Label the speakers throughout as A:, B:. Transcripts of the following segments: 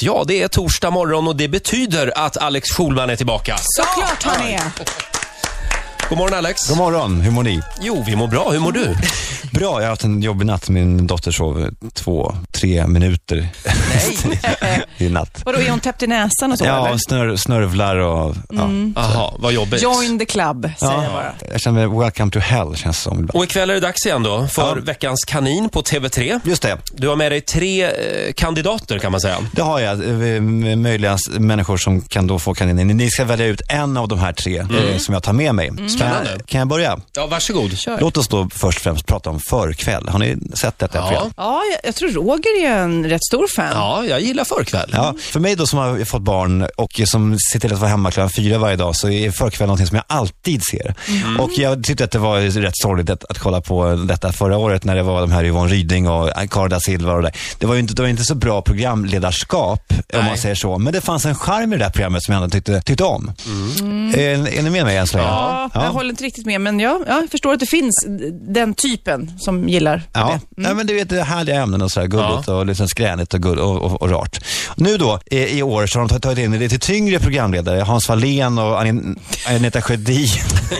A: Ja, det är torsdag morgon och det betyder att Alex Schulman är tillbaka.
B: Såklart han är.
A: God morgon Alex.
C: God morgon, hur mår ni?
A: Jo, vi mår bra. Hur mår du?
C: Bra, jag har haft en jobbig natt. Min dotter sov två, tre minuter i natt.
B: Vadå, är hon täppt i näsan och så
C: Ja,
B: eller?
C: snör, snörvlar och... Ja.
A: Jaha, vad jobbigt.
B: Join the club, säger jag bara.
C: Ja, jag känner mig welcome to hell, känns det som. ibland.
A: Och ikväll är det dags igen då för
C: Ja.
A: veckans kanin på TV3.
C: Just det,
A: Du har med dig tre eh, kandidater kan man säga.
C: det har jag. eh, Möjliga s- människor som kan då få kaninen. Ni ska välja ut en av de här tre eh,
B: Mm.
C: som jag tar med mig. Kan
A: Spännande.
C: jag, kan jag börja?
A: Ja, varsågod.
C: Låt oss då först och främst prata om förkväll. Har ni sett detta
A: Ja.
C: program?
B: Ja, jag, jag tror Roger är en rätt stor fan.
A: Ja, jag gillar förkväll.
C: Ja, för mig då som har fått barn och som ser till att vara hemma klockan fyra varje dag så är förkväll någonting som jag alltid ser. Och jag tyckte att det var rätt sorgligt att, att kolla på detta förra året när det var de här Yvonne Ryding och Carl da Silva och det där. Det var ju inte, det var inte så bra programledarskap om
A: Nej.
C: man säger så, men det fanns en charm i det där programmet som jag ändå tyckte, tyckte om. Är, är ni med mig än så länge?
B: Ja, jag håller inte riktigt med, men ja, ja, jag förstår att det finns den typen som gillar
C: Ja,
B: det.
C: Nej, men du vet det är härliga ämnen och sådär, gulligt och liksom skränigt och, gull, och, och, och rart. Nu då, i, i år så har de tagit- tagit in lite tyngre programledare, Hans Wallén och Anin- Agneta Sjödin.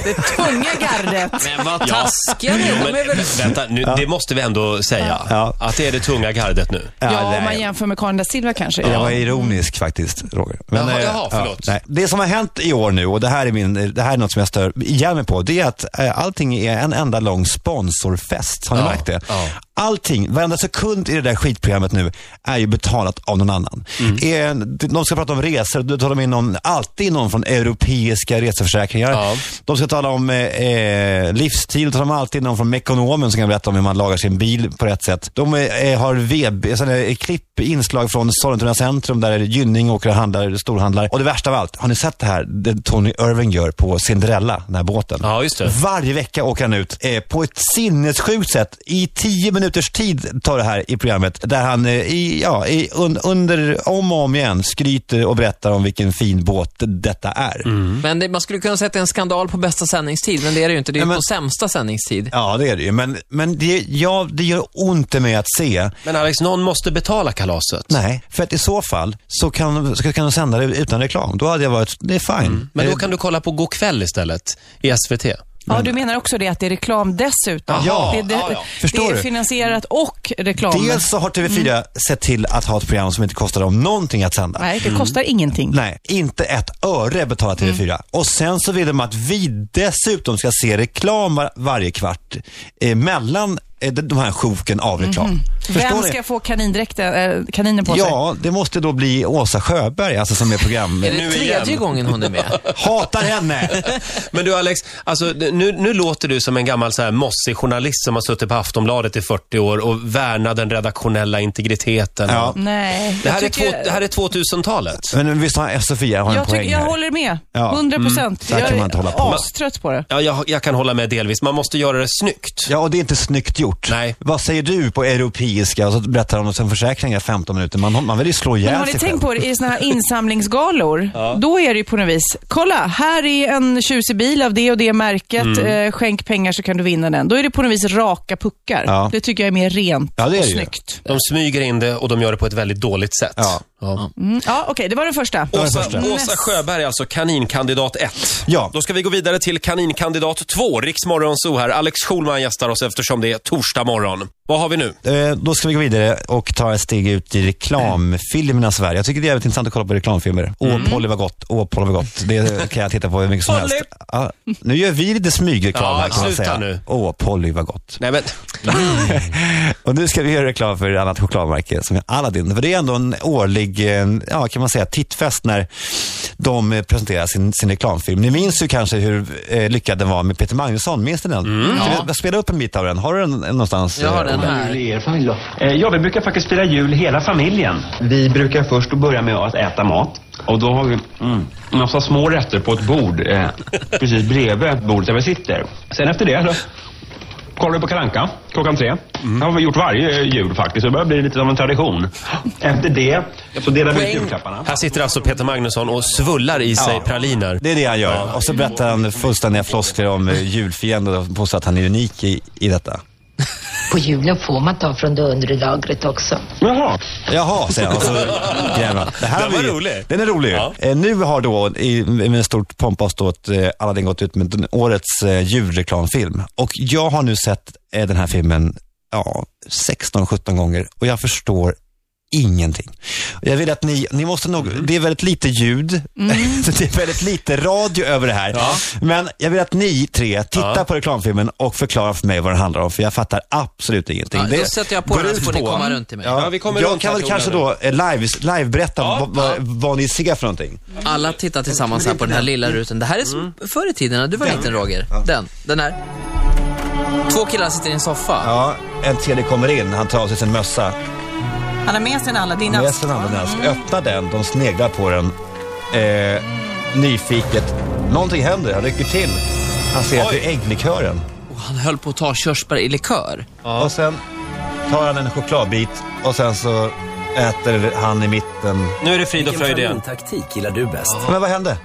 B: Det tunga gardet.
A: Men vad taskiga ni är. Men, vänta, nu, det måste vi ändå säga.
C: Ja.
A: Att det är det tunga gardet nu.
B: Ja, om man
C: nej.
B: jämför med Karin da Silva kanske.
C: Jag var ironisk faktiskt, Roger. Men,
A: Jaha,
C: eh,
A: jaha, förlåt.
C: nej. Det som har hänt i år nu, och det här är, min, det här är något som jag stör ihjäl mig på, det är att eh, allting är en enda lång sponsorfest. Har ni
A: Ja,
C: märkt det?
A: ja.
C: Allting, varenda sekund i det där skitprogrammet nu är ju betalat av någon annan.
A: Mm.
C: Eh, de ska prata om resor, då tar de in någon, alltid någon från europeiska reseförsäkringar.
A: Ja.
C: De ska tala om eh, eh, livsstil, då tar de alltid någon från Mekonomen som kan berätta om hur man lagar sin bil på rätt sätt. De eh, har webb, sådana, eh, klipp, inslag från Sollentuna centrum där Gynning åker och handlar, storhandlar. Och det värsta av allt, har ni sett det här det Tony Irving gör på Cinderella, den här båten?
A: Ja, just det.
C: Varje vecka åker han ut eh, på ett sinnessjukt sätt. I tio minuters tid tar det här i programmet. Där han eh, i, ja, i, un, under, om och om igen skryter och berättar om vilken fin båt detta är.
A: Mm.
D: Men det, man skulle kunna säga att det är en skandal på bästa sändningstid, men det är det ju inte. Det är ju
C: Nej, men-
D: på sämsta sändningstid.
C: Ja, det är det ju. Men, men det, ja, det gör ont i mig att se.
A: Men Alex, någon måste betala kalaset.
C: Nej, för att i så fall så kan, så kan de sända det utan reklam. Då hade jag varit, det är fine.
B: Mm.
A: Men
C: Eh,
A: då kan du kolla på Go'kväll istället i SVT.
B: Ja, du menar också det att det är reklam dessutom?
C: Ja,
B: det, är det,
A: ja, ja.
C: Förstår
B: det är
C: du?
B: finansierat och reklam.
C: Dels så har TV4 sett till att ha ett program som inte kostar dem någonting att sända.
B: Mm. Nej, det kostar ingenting.
C: Nej, inte ett öre betalar TV4.
B: Mm.
C: Och sen så vill de att vi dessutom ska se reklam var, varje kvart eh, mellan eh, de de här sjoken av reklam. Förstår
B: Mhm. Vem
C: ni?
B: ska få kanindräkten, eh, kaninen på sig?
C: Ja, det måste då bli Åsa Sjöberg, alltså som är program...
D: Är
A: Nu
D: det
A: igen.
D: tredje gången hon är med?
C: Hatar henne!
A: Men du Alex, alltså, d- nu, nu låter du som en gammal så här, mossig journalist som har suttit på Aftonbladet i 40 år och värnar den redaktionella integriteten. Mm.
C: Ja.
B: Nej,
A: Det, här
B: jag
A: är två, det här är 2000-talet.
C: Men visst har Sofia har en
B: jag,
C: poäng
B: tycker, jag
C: här.
B: håller med.
C: Ja. Mm.
B: 100 procent.
C: Så här
B: jag
C: kan man inte hålla på.
B: är astrött på det.
A: Ja, jag, jag kan hålla med delvis. Man måste göra det snyggt.
C: Ja, och det är inte snyggt gjort.
A: Nej.
C: Vad säger du på europeiska? Och så berättar de om sin försäkring i 15 minuter. Man, man vill ju slå ihjäl
B: Men har ni
C: sig
B: tänkt
C: själv.
B: på det i såna här insamlingsgalor? Då är det ju på något vis, kolla, här är en tjusig bil av det och det märket.
C: Mm.
B: Eh, skänk pengar så kan du vinna den. Då är det på något vis raka puckar.
C: Ja.
B: Det tycker jag är mer rent
C: Ja, det är
B: och
C: det ju.
B: snyggt.
A: De smyger in det och de gör det på ett väldigt dåligt sätt.
C: Ja.
B: Mm. Ja, Okej, det var den första.
A: Åsa,
C: första.
A: Åsa
B: Nästa.
A: Sjöberg, alltså kaninkandidat 1.
C: Ja.
A: Då ska vi gå vidare till kaninkandidat 2, Riksmorgonzoo här. Alex Schulman gästar oss eftersom det är torsdag morgon. Vad har vi nu?
C: Eh, Då ska vi gå vidare och ta ett steg ut i reklamfilmernas värld. Jag tycker det är jävligt intressant att kolla på reklamfilmer. Åh,
B: Mm.
C: Polly var gott, åh, Polly var gott. Det kan jag titta på hur mycket som
A: Polly!
C: helst. Ja, nu gör vi lite smygreklam
A: Ja,
C: här kan man
A: sluta
C: säga.
A: nu.
C: Åh, Polly var gott.
A: Nej men,
C: Och nu ska vi göra reklam för ett annat chokladmärke som är Aladdin. För det är ändå en årlig, eh, ja kan man säga, tittfest när de eh, presenterar sin, sin reklamfilm. Ni minns ju kanske hur eh, lyckad den var med Peter Magnusson. Minns ni den? Ska vi- Spela upp en bit av den. Har du den eh, någonstans?
D: Mm. Jag har
C: eh,
D: den
C: Ola?
D: här.
E: Eh, Ja, vi brukar faktiskt fira jul hela familjen. Vi brukar först och börja med att äta mat. Och då har vi mm, en massa små rätter på ett bord eh, precis bredvid bordet där vi sitter. Sen efter det då, kollar vi på Kalanka klockan tre. Det har vi gjort varje eh, jul faktiskt. Det börjar bli lite av en tradition. Efter det så delar vi ut julklapparna.
A: här sitter alltså Peter Magnusson och svullar i sig praliner.
C: Det är det han gör. Och så berättar han fullständiga floskler om eh, julfienden och påstår att han är unik i, i detta.
F: På julen får man ta från det undre lagret också.
E: Jaha.
C: Jaha, säger jag. Och så gräver Det här
A: Den var
C: vi-
A: rolig.
C: Den är rolig.
A: Ja.
C: Eh, nu har då, i, med stort pompa och ståt, eh, Aladdin gått ut med den- årets eh, julreklamfilm. Och jag har nu sett eh, den här filmen ja, 16-17 gånger och jag förstår Ingenting. Och Jag vill att ni, ni måste nog,
A: Mm.
C: det är väldigt lite ljud,
D: Mm.
C: det är väldigt lite radio över det här. Men jag vill att ni tre tittar
A: Ja.
C: på reklamfilmen och förklarar för mig vad den handlar om, för jag fattar absolut ingenting.
D: Ja, då
C: Det
D: sätter jag på
C: går
D: den så
C: ut
D: får ni
C: på-
D: komma runt till mig.
A: Ja, vi kommer
C: jag
A: runt
C: kan
A: här,
C: väl kanske
A: tror
C: då eh, live, live berätta
A: Ja,
C: vad, vad, vad ni ser för någonting.
D: Alla tittar tillsammans här på den här lilla
C: Mm.
D: rutan. Det här är så, förr i tiden, när du var liten Roger. Den. Den här. Två killar sitter i en soffa.
C: Ja, en tredje kommer in, han tar av sig sin mössa.
G: Han har med sig en Aladdin-ask.
C: Läser han den här, öppnar den, de sneglar på den. Eh, nyfiket. Någonting händer, han rycker till. Han ser att det är ägglikören.
D: Och han höll på att ta körsbär i likör.
C: Och sen tar han en chokladbit och sen så äter han i mitten.
A: Nu är det frid och fröjd igen.
H: taktik gillar du bäst?
C: Men vad hände?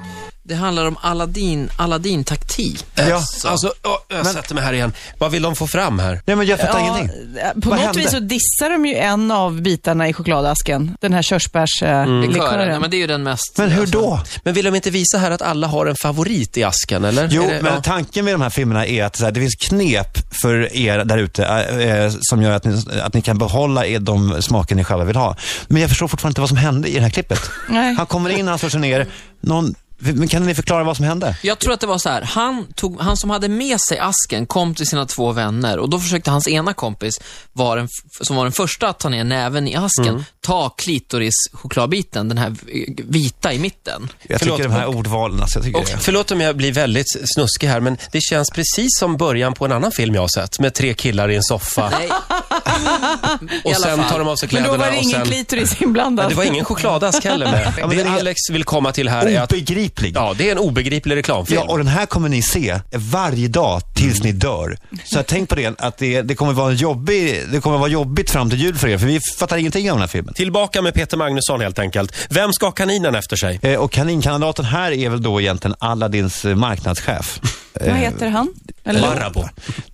D: Det handlar om Aladdin, Aladdin-taktik.
C: Ja,
A: Alltså, åh, jag sätter mig här igen. Vad vill de få fram här?
C: Nej men jag
B: Ja,
C: fattar ingenting.
B: eh, på något
C: Vad hände?
B: vis så dissar de ju en av bitarna i chokladasken. Den här eh,
C: Mm.
D: Likören, ja,
B: körsbärslikören.
D: men det är ju den mest...
C: Men hur
D: alltså,
C: då?
A: Men vill de inte visa här att alla har en favorit i asken, eller?
C: Jo,
A: Är det-
C: men
A: ja.
C: tanken med de här filmerna är att så här, det finns knep för er där ute eh, eh, som gör att ni, att ni kan behålla er, de smaker ni själva vill ha. Men jag förstår fortfarande inte vad som hände i det här klippet.
B: Nej.
C: Han kommer in, han slår sig ner. Någon, men kan ni förklara vad som hände?
D: Jag tror att det var så här. Han, tog, han som hade med sig asken kom till sina två vänner och då försökte hans ena kompis, var den, f- som var den första att ta ner näven i asken, ta klitoris-chokladbiten, den här v- vita i mitten.
C: Jag
A: Förlåt,
C: tycker de här ordvalen, alltså, jag tycker
A: Och förlåt om jag blir väldigt snuskig här, men det känns precis som början på en annan film jag har sett med tre killar i en soffa.
D: Nej,
A: och
D: alla
A: sen
D: fall.
A: tar de av sig
B: Men
A: kläderna
B: då var det
A: och
B: ingen
A: sen...
B: klitoris
A: Ja,
B: inblandad.
A: det var ingen chokladask heller med.
C: men
A: det
C: det är-
A: Alex vill komma till här är
C: det är
A: att...
C: obegriplig.
A: Ja, det är en obegriplig reklamfilm.
C: Ja, och den här kommer ni se varje dag tills ni dör. Så jag tänk på det, att det, det, kommer vara en jobbig, det kommer vara jobbigt fram till jul för er, för vi fattar ingenting av den här filmen.
A: Tillbaka med Peter Magnusson helt enkelt. Vem ska ha kaninen efter sig?
C: Eh, Och kaninkandidaten här är väl då egentligen Aladdins eh, marknadschef. Eh,
B: Vad heter han? Eller?
A: Marabou.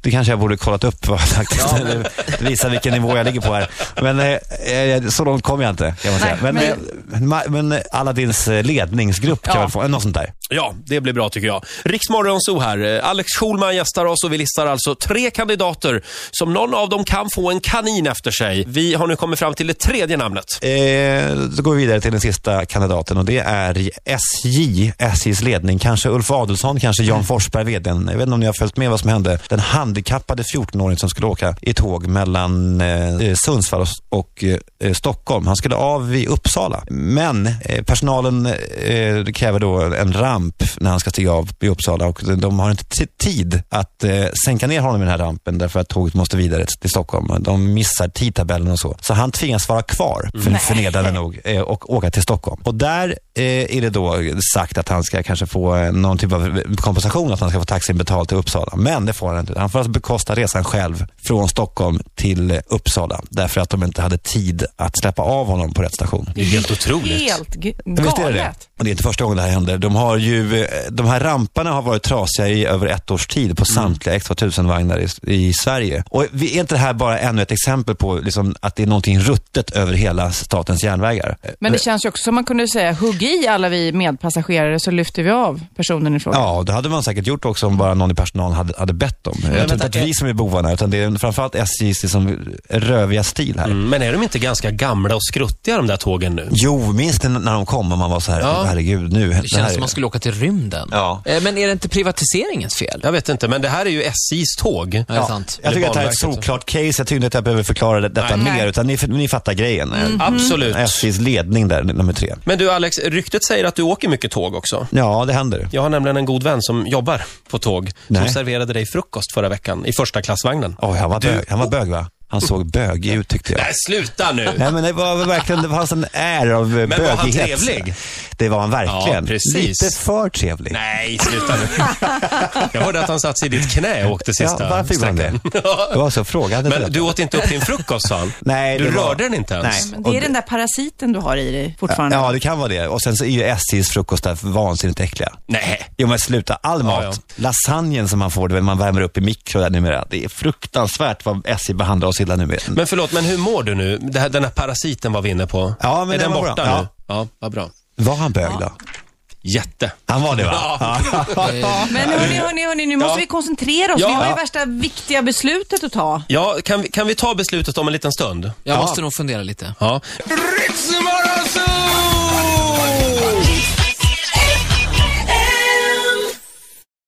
C: Det kanske jag borde kollat upp va, faktiskt. Det visar vilken nivå jag ligger på här. Men eh, eh, så långt kom jag inte kan man säga. men,
B: men-
C: eh, ma- men, eh, Aladdins eh, ledningsgrupp kan
D: Ja.
C: väl få, eh, något sånt där.
A: Ja, det blir bra tycker jag. Riksmorgon så här. Eh, Alex Schulman gästar oss och vi listar alltså tre kandidater som någon av dem kan få en kanin efter sig. Vi har nu kommit fram till det tredje namnet.
C: Eh, så går vi vidare till den sista kandidaten och det är SJ, SJs ledning. Kanske Ulf Adelsohn, kanske Jan Forsberg, vdn. Jag vet inte om ni har följt med vad som hände. Den handikappade 14-åringen som skulle åka i tåg mellan eh, Sundsvall och, och eh, Stockholm. Han skulle av i Uppsala. Men eh, personalen eh, kräver då en ramp när han ska stiga av i Uppsala och de- de har inte ti- tid att eh, sänka ner honom i den här rampen därför att tåget måste vidare till Stockholm. De missar tidtabellen och så. Så han tvingas vara kvar, för förnedrande nog, eh, och åka till Stockholm. Och där eh, är det då sagt att han ska kanske få eh, någon typ av kompensation, att han ska få taxin betald till Uppsala. Men det får han inte. Han får alltså bekosta resan själv från Stockholm till eh, Uppsala därför att de inte hade tid att släppa av honom på rätt station.
A: Det är helt otroligt.
B: Helt g-
C: Men Visst är det det?
B: galet.
C: Och det är inte första gången det här händer. De, har ju, eh, de här ramparna har varit trasiga i över ett års tid på samtliga X2000-vagnar i, i Sverige. Och vi, är inte det här bara ännu ett exempel på liksom, att det är någonting ruttet över hela statens järnvägar? Eh,
B: Men det känns ju också som man kunde säga, hugg i alla vi medpassagerare så lyfter vi av personen ifrån.
C: Ja, det hade man säkert gjort också om bara någon i personalen hade, hade bett om. Jag tror inte att vi som är bovarna, utan det är framförallt SJs liksom, röviga stil här.
A: Mm, Men är de inte ganska gamla och skruttiga de där tågen nu?
C: Jo, minns ni när de kom och man var så här,
A: Ja.
C: herregud nu.
D: det
C: här
D: känns
C: är-
D: som man skulle åka till rymden.
C: Ja.
D: Eh, Men är det inte privatiseringens fel?
A: Jag vet inte, men det här är ju SJs tåg.
D: Ja, det är sant.
C: Jag
A: Eller
C: tycker att det här är ett
A: Banverket,
C: solklart case. Jag tycker inte att jag behöver förklara det- detta
A: Nej. Mm.
C: mer, utan ni, ni fattar grejen.
A: Absolut.
C: SJs ledning där, nummer tre.
A: Men du Alex, ryktet säger att du åker mycket tåg också.
C: Ja, det händer.
A: Jag har nämligen en god vän som jobbar på tåg, som
C: Nej.
A: serverade dig frukost förra veckan i första klassvagnen.
C: Åh, han, var bög, han var bög va? Han såg bögig ut tyckte jag.
A: Nej, Äh, sluta nu!
C: Nej men det var verkligen, det fanns en är av eh,
A: Men
C: bögighet.
A: var han trevlig?
C: Det var han
A: Ja,
C: verkligen.
A: precis.
C: Lite för trevlig.
A: Nej, sluta nu. Jag hörde att han satt sig i ditt knä och åkte
C: Ja,
A: sista
C: varför gjorde han det?
A: sträckan.
C: Det var så frågan.
A: Men du åt inte upp din frukost, sa han.
C: Nej,
A: du
C: det var-
A: rörde den inte ens.
C: Nej.
B: Men
C: Och
B: det är
C: det-
B: den där parasiten du har i dig fortfarande.
C: Ja, det kan vara det. Och sen så är ju SJs frukost där vansinnigt äckliga.
A: Nej.
C: Jo men sluta, all mat.
A: ja.
C: Lasagnen som man får, det man värmer upp i mikro där numera. Det är fruktansvärt vad SJ behandlar oss illa numera.
A: Men förlåt, men hur mår du nu? Det här, den här parasiten var vi inne på.
C: Ja, men
A: är den
C: den var
A: borta
C: bra.
A: nu? Ja. vad bra.
C: Var han bög då?
A: Jätte.
C: Han var det va?
A: Ja.
B: Men hörni, hörni, hörni, nu måste vi koncentrera oss.
A: Ja.
B: vi har ju
A: Ja.
B: värsta viktiga beslutet att ta.
A: Ja, kan vi, kan vi ta beslutet om en liten stund?
D: Jag måste nog fundera lite.
A: Ja. Riksmorgonzoo!